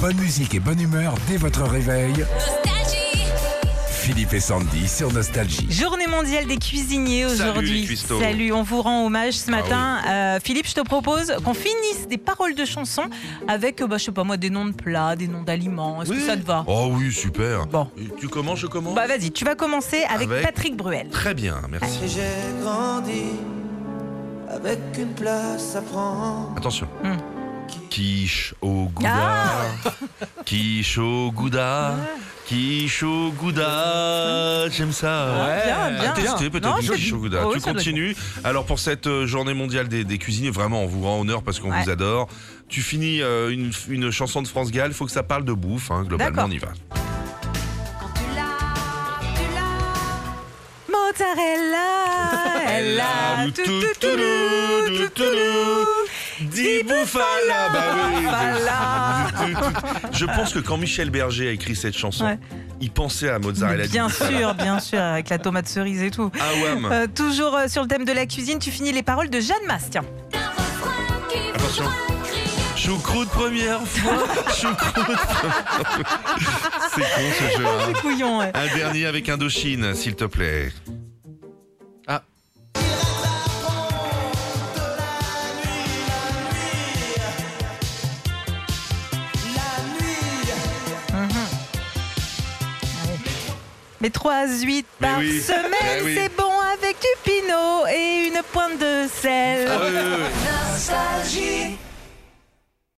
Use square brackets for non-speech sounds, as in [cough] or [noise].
Bonne musique et bonne humeur dès votre réveil. Philippe et Sandy sur Nostalgie. Journée mondiale des cuisiniers Salut, Ah les aujourd'hui. cuistots. on vous rend hommage ce matin. Euh, Philippe, je te propose qu'on finisse des paroles de chansons avec, euh, bah, je sais pas moi, des noms de plats, des noms d'aliments. Est-ce que ça te va Oh oui, super. Bon. Tu commences, je commence Bah vas-y, tu vas commencer avec, Avec Patrick Bruel. Très bien, merci. Et j'ai grandi avec une place à prendre. Attention. Hmm. Quiche au gouda. Ah. Quiche au gouda. Quiche au gouda. J'aime ça. Ah, Ouais, Ah, bien, bien. À tester Non, peut-être du c'est- quiche au gouda. Oh, oui, tu ça doit être continues. Alors pour cette euh, journée mondiale des, des cuisiniers, vraiment, on vous rend honneur parce qu'on Ouais. vous adore. Tu finis euh, une, une chanson de France Gall, faut que ça parle de bouffe. hein, globalement, D'accord. on y va. [laughs] Mozzarella, elle a tout, tout, tout, tout, tout, tout. Dis Bouffala, bah oui. Voilà. Je pense que quand Michel Berger a écrit cette chanson, Ouais. il pensait à Mozzarella. di Bien Bufala. sûr, bien sûr, avec la tomate cerise et tout. Ah ouais. mais- Euh, toujours euh, sur le thème de la cuisine, tu finis les paroles de Jeanne Masse, [laughs] tiens. Attention. Choucroute première [laughs] fois. Choucroute. C'est con ce jeu. hein. C'est couillon, ouais. Un dernier avec Indochine, s'il te plaît. Ah. Mais 3 à 8 Mais par oui. semaine, Eh oui. c'est bon avec du pinot et une pointe de sel. Ah ouais, ouais, ouais. Nostalgie.